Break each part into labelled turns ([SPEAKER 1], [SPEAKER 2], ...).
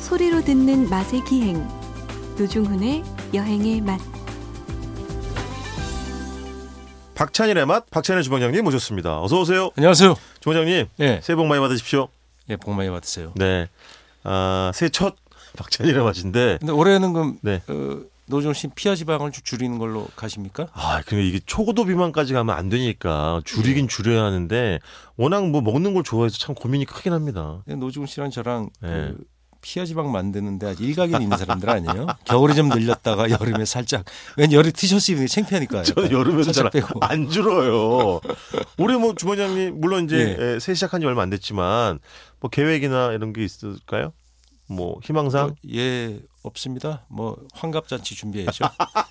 [SPEAKER 1] 소리로 듣는 맛의 기행 노중훈의 여행의 맛
[SPEAKER 2] 박찬일의 맛 박찬일 주방장님 모셨습니다. 어서 오세요.
[SPEAKER 3] 안녕하세요.
[SPEAKER 2] 주방장님
[SPEAKER 3] 예,
[SPEAKER 2] 새해 복 많이 받으십시오.
[SPEAKER 3] 예, 복 많이 받으세요.
[SPEAKER 2] 네. 아, 새해 첫 박찬일의 맛인데
[SPEAKER 3] 근데 올해는 그럼
[SPEAKER 2] 네.
[SPEAKER 3] 어, 노종 씨 피하 지방을 좀 줄이는 걸로 가십니까?
[SPEAKER 2] 아, 근데 이게 초고도 비만까지 가면 안 되니까 줄이긴 줄여야 하는데 워낙 뭐 먹는 걸 좋아해서 참 고민이 크긴 합니다.
[SPEAKER 3] 예, 노종 씨랑 저랑
[SPEAKER 2] 예.
[SPEAKER 3] 그 피하 지방 만드는데 아직 일각에 있는 사람들 아니에요? 겨울에 좀 늘렸다가 여름에 살짝 웬 여름 티셔츠 입는 게 창피하니까.
[SPEAKER 2] 저는
[SPEAKER 3] 약간
[SPEAKER 2] 여름에서
[SPEAKER 3] 살짝
[SPEAKER 2] 잘
[SPEAKER 3] 빼고.
[SPEAKER 2] 안 줄어요. 올해 뭐 주방장님 물론 이제
[SPEAKER 3] 예.
[SPEAKER 2] 에, 새해 시작한 지 얼마 안 됐지만 뭐 계획이나 이런 게 있을까요? 뭐
[SPEAKER 3] 어,
[SPEAKER 2] 희망상?
[SPEAKER 3] 예, 없습니다. 뭐 환갑잔치 준비해야죠. 아,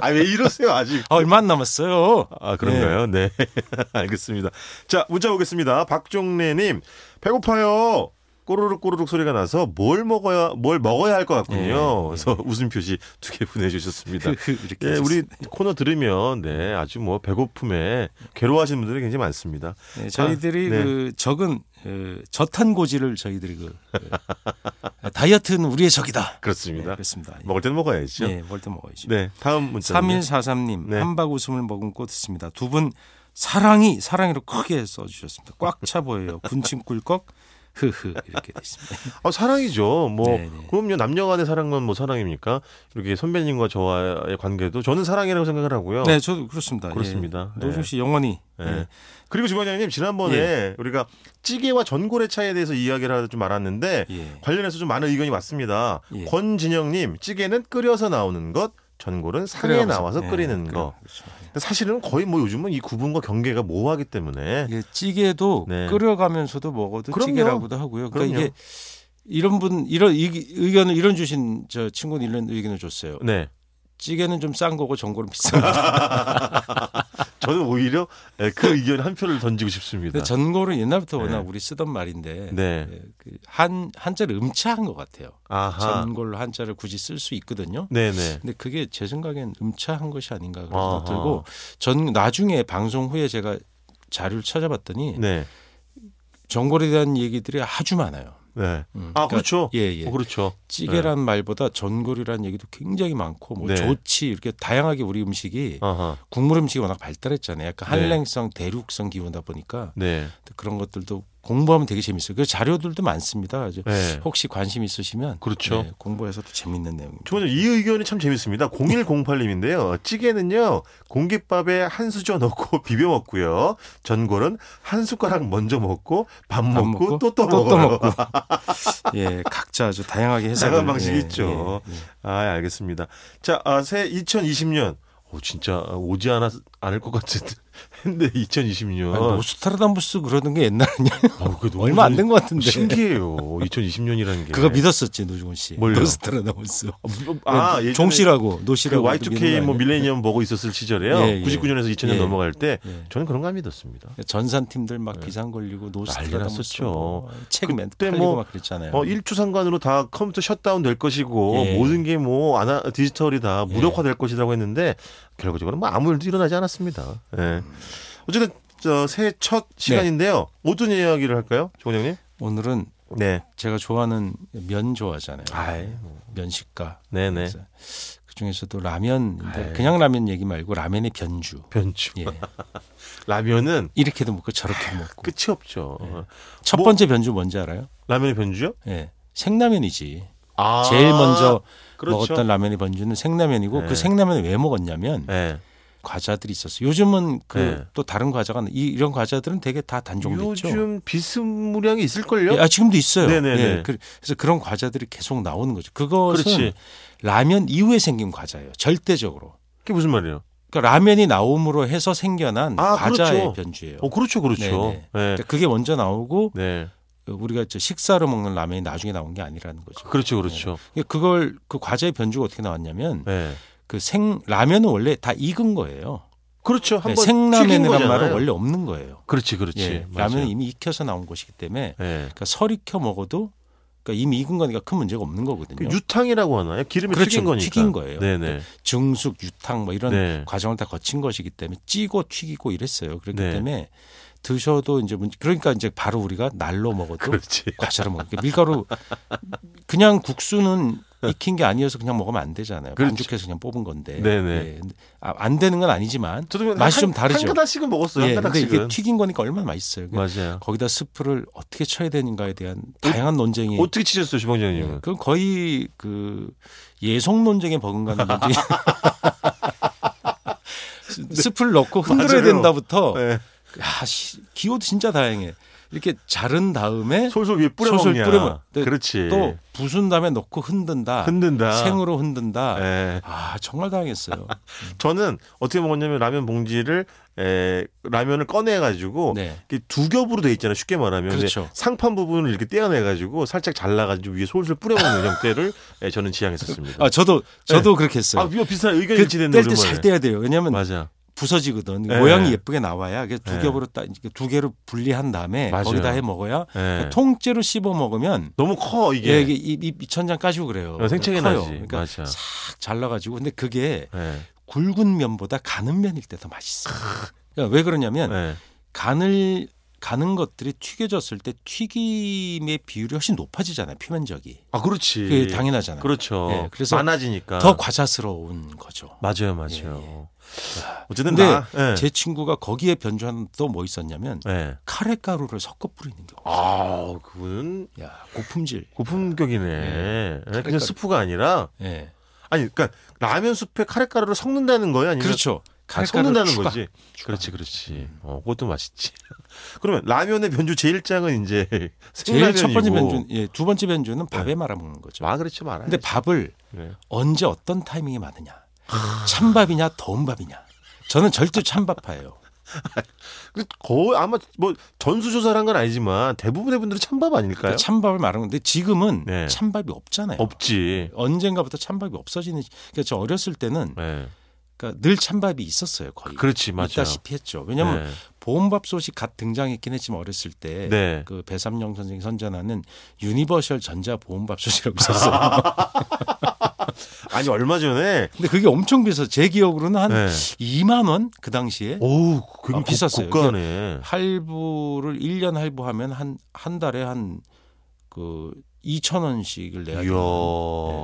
[SPEAKER 2] 아 왜 이러세요 아직?
[SPEAKER 3] 얼마 안 남았어요. 예.
[SPEAKER 2] 아 그런가요? 네, 알겠습니다. 자 문자 보겠습니다. 박종래님 배고파요. 꼬르륵 꼬르륵 소리가 나서 뭘 먹어야 뭘 먹어야 할 것 같군요.
[SPEAKER 3] 예, 그,
[SPEAKER 2] 그래서 웃음 표시 두 개 보내주셨습니다.
[SPEAKER 3] 이렇게
[SPEAKER 2] 예, 우리
[SPEAKER 3] 해줬어요.
[SPEAKER 2] 코너 들으면 네 아주 뭐 배고픔에 괴로워하시는 분들이 굉장히 많습니다.
[SPEAKER 3] 네, 저희들이
[SPEAKER 2] 아, 네.
[SPEAKER 3] 그 적은 어, 저탄고지를 저희들이 그 어, 다이어트는 우리의 적이다.
[SPEAKER 2] 그렇습니다.
[SPEAKER 3] 네, 그렇습니다.
[SPEAKER 2] 먹을 때는 먹어야죠.
[SPEAKER 3] 예, 뭘때 먹어야죠.
[SPEAKER 2] 네, 다음 문자.
[SPEAKER 3] 3143님
[SPEAKER 2] 네.
[SPEAKER 3] 한박 웃음을 머금고 듣습니다. 두 분 사랑이 사랑이로 크게 써주셨습니다. 꽉 차 보여요. 군침 꿀꺽 흐흐 이렇게 돼 있습니다.
[SPEAKER 2] 아, 사랑이죠. 뭐
[SPEAKER 3] 네, 네.
[SPEAKER 2] 그럼요. 남녀간의 사랑만 뭐 사랑입니까? 이렇게 선배님과 저와의 관계도 저는 사랑이라고 생각을 하고요.
[SPEAKER 3] 네, 저도 그렇습니다.
[SPEAKER 2] 어. 그렇습니다.
[SPEAKER 3] 예.
[SPEAKER 2] 네.
[SPEAKER 3] 노중 씨 영원히
[SPEAKER 2] 예.
[SPEAKER 3] 예.
[SPEAKER 2] 그리고 주방장님 지난번에 우리가 찌개와 전골의 차이에 대해서 이야기를 하다 좀 알았는데
[SPEAKER 3] 예.
[SPEAKER 2] 관련해서 좀 많은 의견이 왔습니다.
[SPEAKER 3] 예.
[SPEAKER 2] 권진영님 찌개는 끓여서 나오는 것, 전골은 상에
[SPEAKER 3] 끓여가면서,
[SPEAKER 2] 나와서
[SPEAKER 3] 예,
[SPEAKER 2] 끓이는 거.
[SPEAKER 3] 그렇죠.
[SPEAKER 2] 근데 사실은 거의 뭐 요즘은 이 구분과 경계가 모호하기 때문에
[SPEAKER 3] 이게 예, 찌개도
[SPEAKER 2] 네.
[SPEAKER 3] 끓여가면서도 먹어도
[SPEAKER 2] 그럼요.
[SPEAKER 3] 찌개라고도 하고요. 그러니까
[SPEAKER 2] 그럼요.
[SPEAKER 3] 이게 이런 분 이런 이- 의견을 이런 주신 저 친구는 이런 의견을 줬어요.
[SPEAKER 2] 네.
[SPEAKER 3] 찌개는 좀 싼 거고 전골은 비싼 거.
[SPEAKER 2] 저는 오히려 예,
[SPEAKER 3] 네.
[SPEAKER 2] 그 의견 한 표를 던지고 싶습니다.
[SPEAKER 3] 근데 전골은 옛날부터
[SPEAKER 2] 네.
[SPEAKER 3] 워낙 우리 쓰던 말인데
[SPEAKER 2] 네.
[SPEAKER 3] 예, 그한 한자를 음차한 것 같아요.
[SPEAKER 2] 아하.
[SPEAKER 3] 전골로 한자를 굳이 쓸 수 있거든요.
[SPEAKER 2] 네네.
[SPEAKER 3] 근데 그게 제 생각엔 음차한 것이 아닌가 그런
[SPEAKER 2] 아하.
[SPEAKER 3] 생각 들고 전 나중에 방송 후에 제가 자료를 찾아봤더니
[SPEAKER 2] 네.
[SPEAKER 3] 전골에 대한 얘기들이 아주 많아요.
[SPEAKER 2] 네.
[SPEAKER 3] 음,
[SPEAKER 2] 아,
[SPEAKER 3] 그러니까-
[SPEAKER 2] 그렇죠.
[SPEAKER 3] 예, 예.
[SPEAKER 2] 어, 그렇죠.
[SPEAKER 3] 찌개란 말보다 전골이란 얘기도 굉장히 많고 뭐
[SPEAKER 2] 네.
[SPEAKER 3] 좋지 이렇게 다양하게 우리 음식이
[SPEAKER 2] 아하.
[SPEAKER 3] 국물 음식이 워낙 발달했잖아요. 약간
[SPEAKER 2] 네.
[SPEAKER 3] 한랭성, 대륙성 기운다 보니까
[SPEAKER 2] 네.
[SPEAKER 3] 그런 것들도 공부하면 되게 재밌어요. 그 자료들도 많습니다. 아주
[SPEAKER 2] 네.
[SPEAKER 3] 혹시 관심 있으시면
[SPEAKER 2] 그렇죠.
[SPEAKER 3] 네, 공부해서도 재밌는 내용입니다.
[SPEAKER 2] 저는 이 의견이 참 재밌습니다. 0108님인데요. 찌개는요, 공깃밥에 한 수저 넣고 비벼 먹고요. 전골은 한 숟가락 먼저 먹고, 밥
[SPEAKER 3] 밥
[SPEAKER 2] 먹고, 또 또
[SPEAKER 3] 또
[SPEAKER 2] 먹어요.
[SPEAKER 3] 먹고. 예, 각자 아주 다양하게 해석을
[SPEAKER 2] 다양한 방식이
[SPEAKER 3] 예,
[SPEAKER 2] 있죠.
[SPEAKER 3] 예, 예.
[SPEAKER 2] 아, 예, 알겠습니다. 자, 아, 새해 2020년. 오, 진짜 오지 않았, 않을 것 같은데. 근데 2020년.
[SPEAKER 3] 예. 아니, 노스트라다무스 그러던 게 옛날에는
[SPEAKER 2] 아우, 그게 너무
[SPEAKER 3] 얼마 안 된 것 같은데.
[SPEAKER 2] 신기해요. 2020년이라는 게.
[SPEAKER 3] 그거 믿었었지 노중훈 씨.
[SPEAKER 2] 예. 뭘요?
[SPEAKER 3] 노스트라다무스.
[SPEAKER 2] 아, 예전에
[SPEAKER 3] 종씨라고
[SPEAKER 2] 그
[SPEAKER 3] 노씨라고.
[SPEAKER 2] Y2K 뭐 밀레니엄 보고 있었을 시절에요.
[SPEAKER 3] 예, 예.
[SPEAKER 2] 99년에서 2000년
[SPEAKER 3] 예.
[SPEAKER 2] 넘어갈 때
[SPEAKER 3] 예.
[SPEAKER 2] 저는 그런 거 안 믿었습니다. 예.
[SPEAKER 3] 전산 팀들 막 기상 걸리고
[SPEAKER 2] 난리
[SPEAKER 3] 노스트라다무스. 뭐
[SPEAKER 2] 났었죠.
[SPEAKER 3] 책맨
[SPEAKER 2] 그때
[SPEAKER 3] 팔리고
[SPEAKER 2] 뭐,
[SPEAKER 3] 막 그랬잖아요.
[SPEAKER 2] 어, 일주상관으로 다 컴퓨터 셧다운 될 것이고
[SPEAKER 3] 네. 예.
[SPEAKER 2] 모든 게 뭐 디지털이 다 무력화 될 것이라고 했는데 결과적으로 뭐 아무 일도 일어나지 않았습니다. 예. 어쨌든 저 새해 첫
[SPEAKER 3] 네.
[SPEAKER 2] 시간인데요. 어떤 이야기를 할까요, 조원장님?
[SPEAKER 3] 오늘은
[SPEAKER 2] 네.
[SPEAKER 3] 제가 좋아하는 면 좋아하잖아요.
[SPEAKER 2] 아이, 뭐.
[SPEAKER 3] 면식가.
[SPEAKER 2] 네네.
[SPEAKER 3] 그래서 그 중에서도 라면인데
[SPEAKER 2] 아이.
[SPEAKER 3] 그냥 라면 얘기 말고 라면의 변주.
[SPEAKER 2] 변주.
[SPEAKER 3] 예.
[SPEAKER 2] 라면은
[SPEAKER 3] 이렇게도 먹고 저렇게도 먹고.
[SPEAKER 2] 끝이 없죠.
[SPEAKER 3] 예. 첫
[SPEAKER 2] 아, 그 뭐-
[SPEAKER 3] 번째 변주 뭔지 알아요?
[SPEAKER 2] 라면의 변주요?
[SPEAKER 3] 예. 생라면이지.
[SPEAKER 2] 아,
[SPEAKER 3] 제일 먼저
[SPEAKER 2] 그렇죠.
[SPEAKER 3] 먹었던 라면의 번주는 생라면이고
[SPEAKER 2] 네.
[SPEAKER 3] 그 생라면을 왜 먹었냐면
[SPEAKER 2] 예.
[SPEAKER 3] 과자들이 있었어요. 요즘은 그
[SPEAKER 2] 네.
[SPEAKER 3] 또 다른 과자가 이, 이런 과자들은 되게 다 단종됐죠.
[SPEAKER 2] 요즘 비스무량이 있을걸요?
[SPEAKER 3] 예, 아 지금도 있어요.
[SPEAKER 2] 네네네.
[SPEAKER 3] 예, 그- 그래서 그런 과자들이 계속 나오는 거죠. 그것은
[SPEAKER 2] 그렇지.
[SPEAKER 3] 라면 이후에 생긴 과자예요. 절대적으로.
[SPEAKER 2] 그게 무슨 말이에요?
[SPEAKER 3] 그러니까 라면이 나옴으로 해서 생겨난
[SPEAKER 2] 아,
[SPEAKER 3] 과자의
[SPEAKER 2] 그렇죠.
[SPEAKER 3] 변주예요.
[SPEAKER 2] 어, 그렇죠, 그렇죠.
[SPEAKER 3] 네네.
[SPEAKER 2] 예.
[SPEAKER 3] 그러니까 그게 먼저 나오고
[SPEAKER 2] 네.
[SPEAKER 3] 우리가 저 식사로 먹는 라면이 나중에 나온 게 아니라는 거죠.
[SPEAKER 2] 그렇죠, 그렇죠.
[SPEAKER 3] 그러니까 그걸 그 과자의 변주가 어떻게 나왔냐면
[SPEAKER 2] 예.
[SPEAKER 3] 그 생 라면은 원래 다 익은 거예요.
[SPEAKER 2] 그렇죠. 한번
[SPEAKER 3] 네,
[SPEAKER 2] 튀긴
[SPEAKER 3] 생라면이란
[SPEAKER 2] 거잖아요.
[SPEAKER 3] 말은 원래 없는 거예요.
[SPEAKER 2] 그렇지, 그렇지.
[SPEAKER 3] 예,
[SPEAKER 2] 맞아요.
[SPEAKER 3] 라면은 이미 익혀서 나온 것이기
[SPEAKER 2] 예.
[SPEAKER 3] 때문에 그러니까 설 익혀 먹어도 그러니까 이미 익은 거니까 큰 문제가 없는 거거든요.
[SPEAKER 2] 그 유탕이라고 하나요? 기름에
[SPEAKER 3] 그렇죠.
[SPEAKER 2] 튀긴 거니까.
[SPEAKER 3] 튀긴 거예요.
[SPEAKER 2] 네네.
[SPEAKER 3] 증숙, 유탕 뭐 이런
[SPEAKER 2] 네.
[SPEAKER 3] 과정을 다 거친 것이기 때문에 찌고 튀기고 이랬어요. 그렇기
[SPEAKER 2] 네.
[SPEAKER 3] 때문에
[SPEAKER 2] 그렇죠.
[SPEAKER 3] 드셔도 이제 문제 그러니까 이제 바로 우리가 날로 먹어도
[SPEAKER 2] 그렇지.
[SPEAKER 3] 과자로 먹고 밀가루 그냥 국수는 익힌 게 아니어서 그냥 먹으면 안 되잖아요.
[SPEAKER 2] 그렇죠.
[SPEAKER 3] 반죽해서 그냥 뽑은 건데.
[SPEAKER 2] 네네.
[SPEAKER 3] 예. 아, 안 되는 건 아니지만
[SPEAKER 2] 저도
[SPEAKER 3] 맛이
[SPEAKER 2] 한-
[SPEAKER 3] 좀 다르죠.
[SPEAKER 2] 한 가닥씩은 먹었어요.
[SPEAKER 3] 예,
[SPEAKER 2] 한
[SPEAKER 3] 근데 이게
[SPEAKER 2] 가닥씩은.
[SPEAKER 3] 튀긴 거니까 얼마나 맛있어요. 그
[SPEAKER 2] 맞아요.
[SPEAKER 3] 거기다 스프를 어떻게 쳐야 되는가에 대한 다양한 논쟁이
[SPEAKER 2] 어떻게 치셨어요,
[SPEAKER 3] 예,
[SPEAKER 2] 주방장님은?
[SPEAKER 3] 그건 거의 그 예속 논쟁에 버금가는 논쟁이 스- 스프를 넣고 흔들어야
[SPEAKER 2] 네. 맞아요.
[SPEAKER 3] 된다부터
[SPEAKER 2] 네.
[SPEAKER 3] 야, 씨, 기호도 진짜 다양해. 이렇게 자른 다음에
[SPEAKER 2] 솔솔 위에 뿌려
[SPEAKER 3] 솔솔
[SPEAKER 2] 먹냐.
[SPEAKER 3] 뿌려먹- 네,
[SPEAKER 2] 그렇지.
[SPEAKER 3] 또 부순 다음에 넣고 흔든다.
[SPEAKER 2] 예. 흔든다.
[SPEAKER 3] 생으로 흔든다.
[SPEAKER 2] 예.
[SPEAKER 3] 아 정말 다양했어요.
[SPEAKER 2] 저는 어떻게 먹었냐면 라면 봉지를 에, 라면을 꺼내 가지고
[SPEAKER 3] 네.
[SPEAKER 2] 이게 두 겹으로 돼 있잖아요. 쉽게 말하면 근데
[SPEAKER 3] 그렇죠.
[SPEAKER 2] 상판 부분을 이렇게 떼어내가지고 살짝 잘라가지고 위에 솔솔 뿌려먹는 형태를 예, 저는 지향했었습니다.
[SPEAKER 3] 아 저도 저도 그렇게 했어요.
[SPEAKER 2] 예. 아, 이거 비슷한 의견이
[SPEAKER 3] 그
[SPEAKER 2] 일치됐는데
[SPEAKER 3] 뗄 때 잘 떼야 돼요. 왜냐하면
[SPEAKER 2] 맞아,
[SPEAKER 3] 부서지거든.
[SPEAKER 2] 네.
[SPEAKER 3] 모양이 예쁘게 나와야 이게 두
[SPEAKER 2] 네.
[SPEAKER 3] 겹으로 딱 이렇게 두 개로 분리한 다음에
[SPEAKER 2] 맞아요.
[SPEAKER 3] 거기다 해 먹어야 그러니까
[SPEAKER 2] 예.
[SPEAKER 3] 그 통째로 씹어 먹으면
[SPEAKER 2] 너무 커
[SPEAKER 3] 예,
[SPEAKER 2] 이게.
[SPEAKER 3] 이게 입, 입 이천장 까지고 그래요.
[SPEAKER 2] 어, 생채게
[SPEAKER 3] 커요.
[SPEAKER 2] 나지.
[SPEAKER 3] 그러니까
[SPEAKER 2] 맞아.
[SPEAKER 3] 탁 잘라가지고 근데 그게
[SPEAKER 2] 예.
[SPEAKER 3] 굵은 면보다 가는 면일 때 더 맛있어. 그러니까 왜 그러냐면
[SPEAKER 2] 예.
[SPEAKER 3] 간을 가는 것들이 튀겨졌을 때 튀김의 비율이 훨씬 높아지잖아요. 표면적이.
[SPEAKER 2] 아 그렇지.
[SPEAKER 3] 그게 당연하잖아요.
[SPEAKER 2] 그렇죠.
[SPEAKER 3] 예, 그래서
[SPEAKER 2] 많아지니까.
[SPEAKER 3] 더 과자스러운 거죠.
[SPEAKER 2] 맞아요, 맞아요. 어쨌든
[SPEAKER 3] 예, 근데
[SPEAKER 2] 나. 예.
[SPEAKER 3] 제 친구가 거기에 변주한 또 뭐 있었냐면
[SPEAKER 2] 예.
[SPEAKER 3] 카레 가루를 섞어 뿌리는 경우.
[SPEAKER 2] 아, 그분은
[SPEAKER 3] 야 고품질.
[SPEAKER 2] 고품격이네.
[SPEAKER 3] 예.
[SPEAKER 2] 예, 그냥
[SPEAKER 3] 카레가루.
[SPEAKER 2] 스프가 아니라
[SPEAKER 3] 예.
[SPEAKER 2] 아니, 그러니까 라면 스프에 카레가루를 섞는다는 거예요, 아니면
[SPEAKER 3] 그렇죠.
[SPEAKER 2] 아,
[SPEAKER 3] 카레 가루를
[SPEAKER 2] 섞는다는
[SPEAKER 3] 추가.
[SPEAKER 2] 거지. 그렇지, 그렇지. 어, 그것도 맛있지. 그러면 라면의 변주 제1장은 이제
[SPEAKER 3] 제일 첫 번째
[SPEAKER 2] 생라면이고.
[SPEAKER 3] 변주, 예, 두 번째 변주는 밥에 말아 먹는 거죠.
[SPEAKER 2] 아, 그렇지 말아요.
[SPEAKER 3] 근데 밥을 언제 어떤 타이밍에 많으냐.
[SPEAKER 2] 아.
[SPEAKER 3] 찬밥이냐 더운 밥이냐. 저는 절대 찬밥파예요.
[SPEAKER 2] 거의 아마 뭐 전수 조사를 한 건 아니지만 대부분의 분들은 찬밥 아닐까요?
[SPEAKER 3] 그러니까 찬밥을 말하는 건데 지금은
[SPEAKER 2] 네.
[SPEAKER 3] 찬밥이 없잖아요.
[SPEAKER 2] 없지.
[SPEAKER 3] 언젠가부터 찬밥이 없어지는. 시- 그러니까 저 어렸을 때는
[SPEAKER 2] 네.
[SPEAKER 3] 그러니까 늘 찬밥이 있었어요 거의.
[SPEAKER 2] 그렇지, 맞아요.
[SPEAKER 3] 있다시피 했죠. 왜냐하면
[SPEAKER 2] 네.
[SPEAKER 3] 보험밥솥이 갓 등장했긴 했지만 어렸을 때.
[SPEAKER 2] 네.
[SPEAKER 3] 그 배삼영 선생이 선전하는 유니버셜 전자 보험밥솥이라고 있었어요.
[SPEAKER 2] 아니 얼마 전에
[SPEAKER 3] 근데 그게 엄청 비싸. 제 기억으로는 한
[SPEAKER 2] 네.
[SPEAKER 3] 2만 원 그 당시에
[SPEAKER 2] 오, 굉장히
[SPEAKER 3] 아, 비쌌어요.
[SPEAKER 2] 고가네.
[SPEAKER 3] 할부를 1년 할부하면 한, 한 달에 한 그 2천 원씩을 내야
[SPEAKER 2] 이야.
[SPEAKER 3] 돼요.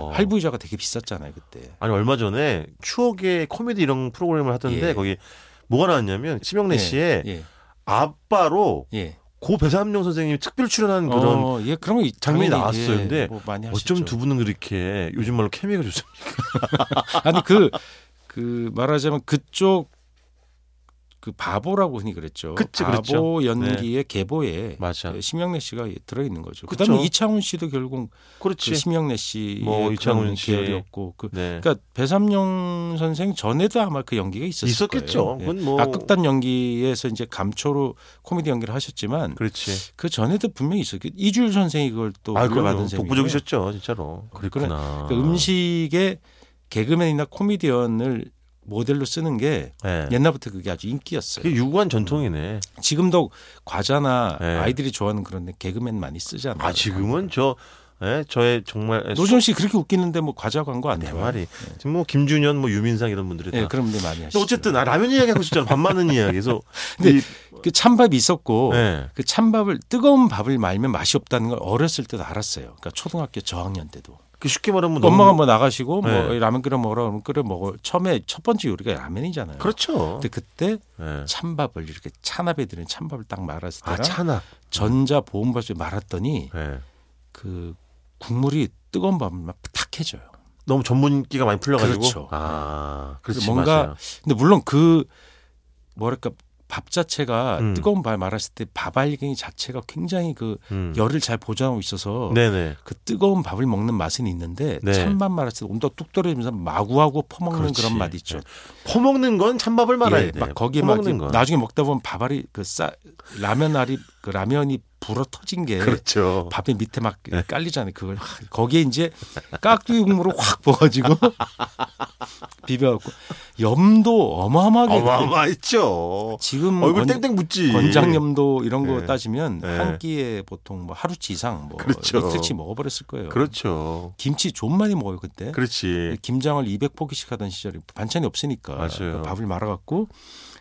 [SPEAKER 3] 네. 할부 이자가 되게 비쌌잖아요 그때.
[SPEAKER 2] 아니 얼마 전에 추억의 코미디 이런 프로그램을 하던데
[SPEAKER 3] 예.
[SPEAKER 2] 거기 뭐가 나왔냐면 심영래 씨의
[SPEAKER 3] 예,
[SPEAKER 2] 아빠로
[SPEAKER 3] 예, 예.
[SPEAKER 2] 고 배삼룡 선생님이 특별 출연한 그런
[SPEAKER 3] 어, 예, 그런 거 이-
[SPEAKER 2] 장면이
[SPEAKER 3] 당연히,
[SPEAKER 2] 나왔어요.
[SPEAKER 3] 예,
[SPEAKER 2] 근데
[SPEAKER 3] 뭐 많이 하시죠.
[SPEAKER 2] 어쩜 두 분은 그렇게 요즘 말로 케미가 좋습니까?
[SPEAKER 3] 아니 그 그 말하자면 그쪽 그 바보라고 흔히 그랬죠.
[SPEAKER 2] 그치,
[SPEAKER 3] 바보
[SPEAKER 2] 그렇죠.
[SPEAKER 3] 연기의 계보에
[SPEAKER 2] 맞아.
[SPEAKER 3] 예, 심영래 씨가 들어 있는 거죠.
[SPEAKER 2] 그쵸.
[SPEAKER 3] 그다음에 이창훈 씨도 결국 그
[SPEAKER 2] 그렇지.
[SPEAKER 3] 심영래 씨의
[SPEAKER 2] 뭐
[SPEAKER 3] 그런
[SPEAKER 2] 이창훈 씨.
[SPEAKER 3] 계열이었고 그
[SPEAKER 2] 네.
[SPEAKER 3] 그러니까 배삼룡 선생 전에도 아마 그 연기가 있었을
[SPEAKER 2] 있었겠죠.
[SPEAKER 3] 거예요. 예.
[SPEAKER 2] 그건 뭐
[SPEAKER 3] 악극단 연기에서 이제 감초로 코미디 연기를 하셨지만
[SPEAKER 2] 그렇지.
[SPEAKER 3] 그 전에도 분명히 있었고 이주일 선생이 그걸 또
[SPEAKER 2] 아,
[SPEAKER 3] 물려받은
[SPEAKER 2] 그건
[SPEAKER 3] 셈이고요.
[SPEAKER 2] 독보적이셨죠, 아. 진짜로. 그랬구나.
[SPEAKER 3] 그러니까 음식에 개그맨이나 코미디언을 모델로 쓰는 게
[SPEAKER 2] 예.
[SPEAKER 3] 옛날부터 그게 아주 인기였어요.
[SPEAKER 2] 그게 유구한
[SPEAKER 3] 음.
[SPEAKER 2] 전통이네.
[SPEAKER 3] 지금도 과자나
[SPEAKER 2] 네.
[SPEAKER 3] 아이들이 좋아하는 그런 데 개그맨 많이 쓰잖아요.
[SPEAKER 2] 아, 지금은 저 예, 저의 정말
[SPEAKER 3] 노종 씨 그렇게 웃기는데 뭐 과자 광고 안
[SPEAKER 2] 내
[SPEAKER 3] 해요.
[SPEAKER 2] 네, 말이 지금 뭐 김준현, 뭐 유민상 이런 분들이 다.
[SPEAKER 3] 예, 그런 분들 많이
[SPEAKER 2] 근데
[SPEAKER 3] 하시죠.
[SPEAKER 2] 어쨌든 아, 라면 이야기 하고 있었잖아. 밥 많은 이야기. 그래서
[SPEAKER 3] 근데
[SPEAKER 2] 이-
[SPEAKER 3] 그 찬밥이 있었고
[SPEAKER 2] 예.
[SPEAKER 3] 그 찬밥을 뜨거운 밥을 말면 맛이 없다는 걸 어렸을 때도 알았어요. 그러니까 초등학교 저학년 때도
[SPEAKER 2] 그 쉽게 말하면 너무-
[SPEAKER 3] 엄마가 뭐 나가시고 뭐
[SPEAKER 2] 네.
[SPEAKER 3] 라면 끓여 먹으라 그러면 끓여 먹어. 처음에 첫 번째 요리가 라면이잖아요.
[SPEAKER 2] 그렇죠.
[SPEAKER 3] 근데 그때
[SPEAKER 2] 예.
[SPEAKER 3] 찬밥을 이렇게 찬밥에 드는 찬밥을 딱 말았을 때랑
[SPEAKER 2] 아, 차나.
[SPEAKER 3] 전자 보온밥솥에 말았더니
[SPEAKER 2] 예.
[SPEAKER 3] 그 국물이 뜨거운 밥을 막탁 해져요.
[SPEAKER 2] 너무 전문기가 많이 풀려가지고.
[SPEAKER 3] 그렇죠.
[SPEAKER 2] 아, 그렇지.
[SPEAKER 3] 그래서 뭔가
[SPEAKER 2] 맞아요.
[SPEAKER 3] 근데 물론 그 뭐랄까 밥 자체가
[SPEAKER 2] 음.
[SPEAKER 3] 뜨거운 밥 말았을 때 밥알갱이 자체가 굉장히 그
[SPEAKER 2] 음.
[SPEAKER 3] 열을 잘 보존하고 있어서
[SPEAKER 2] 네네.
[SPEAKER 3] 그 뜨거운 밥을 먹는 맛은 있는데
[SPEAKER 2] 네.
[SPEAKER 3] 찬밥 말았을 때 온도 뚝 떨어지면서 마구하고 퍼먹는
[SPEAKER 2] 그렇지. 네.
[SPEAKER 3] 그런 맛 있죠.
[SPEAKER 2] 퍼먹는 건 찬밥을 말아야
[SPEAKER 3] 예,
[SPEAKER 2] 돼.
[SPEAKER 3] 막 거기에
[SPEAKER 2] 네.
[SPEAKER 3] 막
[SPEAKER 2] 퍼먹는 건.
[SPEAKER 3] 나중에 먹다 보면 밥알이 그 싸 라면 알이 그 라면이 불어 터진 게
[SPEAKER 2] 그렇죠.
[SPEAKER 3] 밥에 밑에 막 깔리잖아요. 그걸 확 거기에 이제 깍두기 국물을 확 부어가지고 비벼갖고 염도 어마어마하게 그때
[SPEAKER 2] 어마어마했죠.
[SPEAKER 3] 지금
[SPEAKER 2] 얼굴
[SPEAKER 3] 권-
[SPEAKER 2] 땡땡 묻지.
[SPEAKER 3] 권장염도 이런 거
[SPEAKER 2] 예.
[SPEAKER 3] 따지면
[SPEAKER 2] 예.
[SPEAKER 3] 한 끼에 보통 뭐 하루치 이상 뭐
[SPEAKER 2] 그렇죠.
[SPEAKER 3] 이틀치 먹어버렸을 거예요.
[SPEAKER 2] 그렇죠.
[SPEAKER 3] 김치 좀 많이 먹어요 그때.
[SPEAKER 2] 그렇지.
[SPEAKER 3] 김장을 200포기씩 하던 시절이 반찬이 없으니까 그
[SPEAKER 2] 맞아요.
[SPEAKER 3] 밥을 말아갖고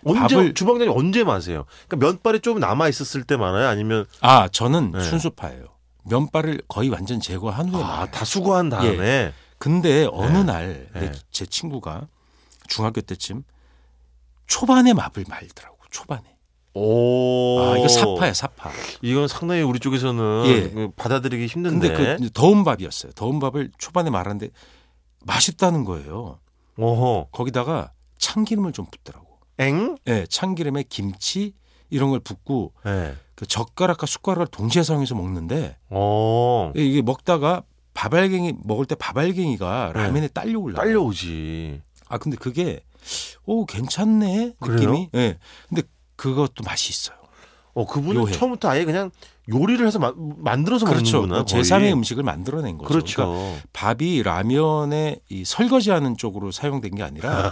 [SPEAKER 2] 언제
[SPEAKER 3] 밥을-
[SPEAKER 2] 주방장님 언제 마세요? 그러니까 면발이 좀 남아 있었을 때 많아요. 아니면
[SPEAKER 3] 아 저는
[SPEAKER 2] 네.
[SPEAKER 3] 순수파예요. 면발을 거의 완전 제거한 후에
[SPEAKER 2] 아,
[SPEAKER 3] 말.
[SPEAKER 2] 다 수거한
[SPEAKER 3] 예.
[SPEAKER 2] 다음에
[SPEAKER 3] 근데 어느 날
[SPEAKER 2] 네.
[SPEAKER 3] 제 친구가 중학교 때쯤 초반에 맙을 말더라고. 초반에.
[SPEAKER 2] 오.
[SPEAKER 3] 아 이거 사파야 사파.
[SPEAKER 2] 이건 상당히 우리 쪽에서는
[SPEAKER 3] 예.
[SPEAKER 2] 그 받아들이기 힘든데.
[SPEAKER 3] 근데 그 이제 더운 밥이었어요. 더운 밥을 초반에 말하는데 맛있다는 거예요.
[SPEAKER 2] 어허.
[SPEAKER 3] 거기다가 참기름을 좀 붓더라고.
[SPEAKER 2] 엥?
[SPEAKER 3] 예, 참기름에 김치 이런 걸 붓고
[SPEAKER 2] 예.
[SPEAKER 3] 그 젓가락과 숟가락을 동시에 사용해서 먹는데
[SPEAKER 2] 어.
[SPEAKER 3] 이게 먹다가 바발갱이 먹을 때 바발갱이가
[SPEAKER 2] 네.
[SPEAKER 3] 라면에 딸려올라.
[SPEAKER 2] 딸려오지.
[SPEAKER 3] 아 근데 그게 오 괜찮네
[SPEAKER 2] 그래요?
[SPEAKER 3] 느낌이. 예. 근데 그것도 맛이 있어요.
[SPEAKER 2] 어, 그분은
[SPEAKER 3] 요해.
[SPEAKER 2] 처음부터 아예 그냥 요리를 해서 마- 만들어서
[SPEAKER 3] 그렇죠.
[SPEAKER 2] 먹는구나. 거의.
[SPEAKER 3] 제3의 음식을 만들어낸 거죠.
[SPEAKER 2] 그렇죠.
[SPEAKER 3] 그러니까 밥이 라면에 이 설거지하는 쪽으로 사용된 게 아니라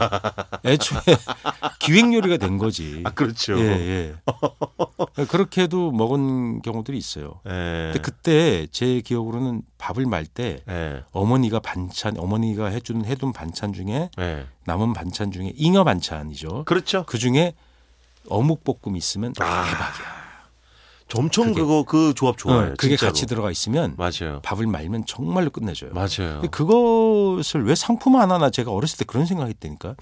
[SPEAKER 3] 애초에 기획 요리가 된 거지.
[SPEAKER 2] 아, 그렇죠.
[SPEAKER 3] 그러니까 예, 예. 그렇게도 먹은 경우들이 있어요.
[SPEAKER 2] 예.
[SPEAKER 3] 근데 그때 제 기억으로는 밥을 말 때
[SPEAKER 2] 예.
[SPEAKER 3] 어머니가 반찬, 어머니가 해준 해둔 반찬 중에
[SPEAKER 2] 예.
[SPEAKER 3] 남은 반찬 중에 잉어 반찬이죠.
[SPEAKER 2] 그렇죠.
[SPEAKER 3] 그 중에 어묵 볶음 있으면
[SPEAKER 2] 아.
[SPEAKER 3] 대박이야.
[SPEAKER 2] 점점
[SPEAKER 3] 그게-
[SPEAKER 2] 그거그 조합 좋아요.
[SPEAKER 3] 어, 그게
[SPEAKER 2] 진짜로.
[SPEAKER 3] 같이 들어가 있으면
[SPEAKER 2] 맞아요.
[SPEAKER 3] 밥을 말면 정말로 끝내줘요.
[SPEAKER 2] 맞아요.
[SPEAKER 3] 근데 그것을 왜 상품 안 하나 제가 어렸을 때 그런 생각했다니까.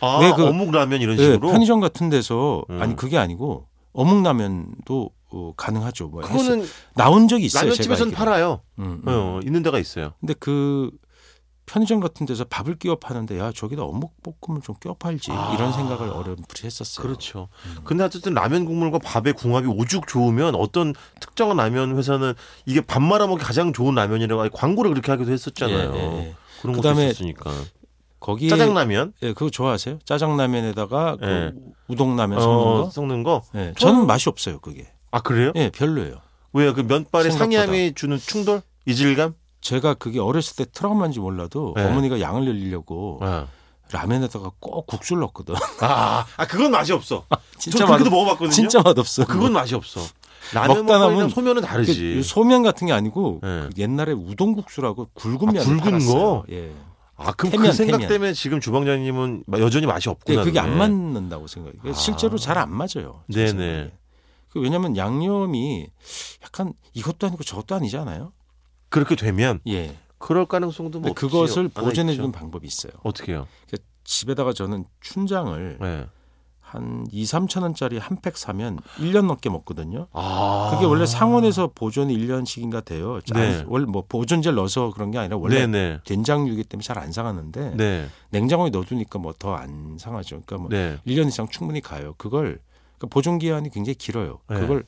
[SPEAKER 2] 아,
[SPEAKER 3] 왜 그-
[SPEAKER 2] 어묵 라면 이런
[SPEAKER 3] 예,
[SPEAKER 2] 식으로.
[SPEAKER 3] 편의점 같은 데서
[SPEAKER 2] 음.
[SPEAKER 3] 아니 그게 아니고 어묵라면도 어, 가능하죠. 뭐 해서
[SPEAKER 2] 그거는
[SPEAKER 3] 나온 적이 있어요.
[SPEAKER 2] 라면집에서는
[SPEAKER 3] 제가 알기로는.
[SPEAKER 2] 팔아요.
[SPEAKER 3] 음, 음.
[SPEAKER 2] 어, 있는 데가 있어요.
[SPEAKER 3] 근데 그 편의점 같은 데서 밥을 끼워 파는데 야 저기다 어묵 볶음을 좀 끼워 팔지
[SPEAKER 2] 아.
[SPEAKER 3] 이런 생각을 어렴풋이 했었어요.
[SPEAKER 2] 그렇죠. 근데 어쨌든 라면 국물과 밥의 궁합이 오죽 좋으면 어떤 특정한 라면 회사는 이게 밥 말아 먹기 가장 좋은 라면이라고 아예 광고를 그렇게 하기도 했었잖아요.
[SPEAKER 3] 예, 예, 예.
[SPEAKER 2] 그런 것도
[SPEAKER 3] 그다음에
[SPEAKER 2] 있었으니까.
[SPEAKER 3] 거기에
[SPEAKER 2] 짜장라면
[SPEAKER 3] 예, 그거 좋아하세요? 짜장라면에다가 그
[SPEAKER 2] 예.
[SPEAKER 3] 우동라면 섞는
[SPEAKER 2] 어,
[SPEAKER 3] 거?
[SPEAKER 2] 섞는 거.
[SPEAKER 3] 예,
[SPEAKER 2] 처음-
[SPEAKER 3] 저는 맛이 없어요, 그게.
[SPEAKER 2] 아 그래요?
[SPEAKER 3] 예, 별로예요.
[SPEAKER 2] 왜요? 그 면발의
[SPEAKER 3] 생각보다.
[SPEAKER 2] 상이함이 주는 충돌, 이질감?
[SPEAKER 3] 제가 그게 어렸을 때 트라우마인지 몰라도
[SPEAKER 2] 예.
[SPEAKER 3] 어머니가 양을 늘리려고
[SPEAKER 2] 아,
[SPEAKER 3] 라면에다가 꼭 국수를 넣거든.
[SPEAKER 2] 아, 아, 그건 맛이 없어. 저
[SPEAKER 3] 맛없-
[SPEAKER 2] 그렇게도 먹어봤거든요.
[SPEAKER 3] 진짜 맛없어.
[SPEAKER 2] 그건 맛이 없어. 라면
[SPEAKER 3] 먹다
[SPEAKER 2] 먹다
[SPEAKER 3] 남은
[SPEAKER 2] 남은 소면은
[SPEAKER 3] 그
[SPEAKER 2] 다르지.
[SPEAKER 3] 소면 같은 게 아니고
[SPEAKER 2] 예.
[SPEAKER 3] 그 옛날에 우동국수라고 굵은
[SPEAKER 2] 아,
[SPEAKER 3] 면
[SPEAKER 2] 굵은 거?
[SPEAKER 3] 예.
[SPEAKER 2] 아 그럼
[SPEAKER 3] 태면,
[SPEAKER 2] 그 생각
[SPEAKER 3] 태면.
[SPEAKER 2] 때문에 지금 주방장님은 마- 여전히 맛이
[SPEAKER 3] 근데
[SPEAKER 2] 없구나.
[SPEAKER 3] 그게 안
[SPEAKER 2] 네, 그게.
[SPEAKER 3] 맞는다고 생각해요.
[SPEAKER 2] 아.
[SPEAKER 3] 실제로 잘 안 맞아요. 제
[SPEAKER 2] 네네.
[SPEAKER 3] 생각에. 그 왜냐하면 양념이 약간 이것도 아니고 저것도 아니잖아요.
[SPEAKER 2] 그렇게 되면
[SPEAKER 3] 예.
[SPEAKER 2] 그럴 가능성도
[SPEAKER 3] 근데
[SPEAKER 2] 뭐
[SPEAKER 3] 그것을 보존해 주는 방법이 있어요.
[SPEAKER 2] 어떻게요?
[SPEAKER 3] 그러니까 집에다가 저는 춘장을
[SPEAKER 2] 네.
[SPEAKER 3] 한 2, 3천 원짜리 한 팩 사면 1년 넘게 먹거든요.
[SPEAKER 2] 아
[SPEAKER 3] 그게 원래 상온에서 보존이 1년씩인가 돼요.
[SPEAKER 2] 네.
[SPEAKER 3] 아니, 원래 뭐 보존제를 넣어서 그런 게 아니라 원래
[SPEAKER 2] 네네
[SPEAKER 3] 된장류기 때문에 잘 안 상하는데
[SPEAKER 2] 네네
[SPEAKER 3] 냉장고에 넣어두니까 뭐 더 안 상하죠. 그러니까 뭐
[SPEAKER 2] 네.
[SPEAKER 3] 1년 이상 충분히 가요. 그걸 그러니까 보존 기한이 굉장히 길어요.
[SPEAKER 2] 네.
[SPEAKER 3] 그걸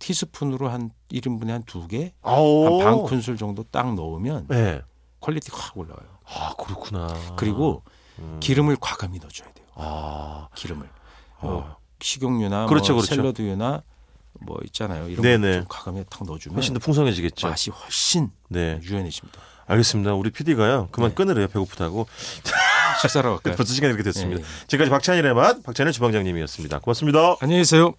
[SPEAKER 3] 티스푼으로 한 1인분에 한 두 개,
[SPEAKER 2] 아오.
[SPEAKER 3] 한 반 큰술 정도 딱 넣으면
[SPEAKER 2] 네.
[SPEAKER 3] 퀄리티 확 올라가요.
[SPEAKER 2] 아 그렇구나.
[SPEAKER 3] 그리고
[SPEAKER 2] 음.
[SPEAKER 3] 기름을 과감히 넣어줘야 돼요.
[SPEAKER 2] 아
[SPEAKER 3] 기름을
[SPEAKER 2] 어.
[SPEAKER 3] 뭐 식용유나
[SPEAKER 2] 그렇죠,
[SPEAKER 3] 뭐
[SPEAKER 2] 그렇죠.
[SPEAKER 3] 샐러드유나 뭐 있잖아요. 이런
[SPEAKER 2] 네네.
[SPEAKER 3] 거좀 과감히 탁 넣어주면
[SPEAKER 2] 훨씬 더 풍성해지겠죠.
[SPEAKER 3] 맛이 훨씬
[SPEAKER 2] 네.
[SPEAKER 3] 유연해집니다.
[SPEAKER 2] 알겠습니다. 우리 PD가요. 그만 끊으래요. 배고프다고.
[SPEAKER 3] 식사로 갈까요?
[SPEAKER 2] 네, 벌써 시간이 이렇게 됐습니다.
[SPEAKER 3] 예,
[SPEAKER 2] 지금까지 박찬일의 맛 박찬일 주방장님이었습니다. 고맙습니다.
[SPEAKER 3] 안녕히 계세요.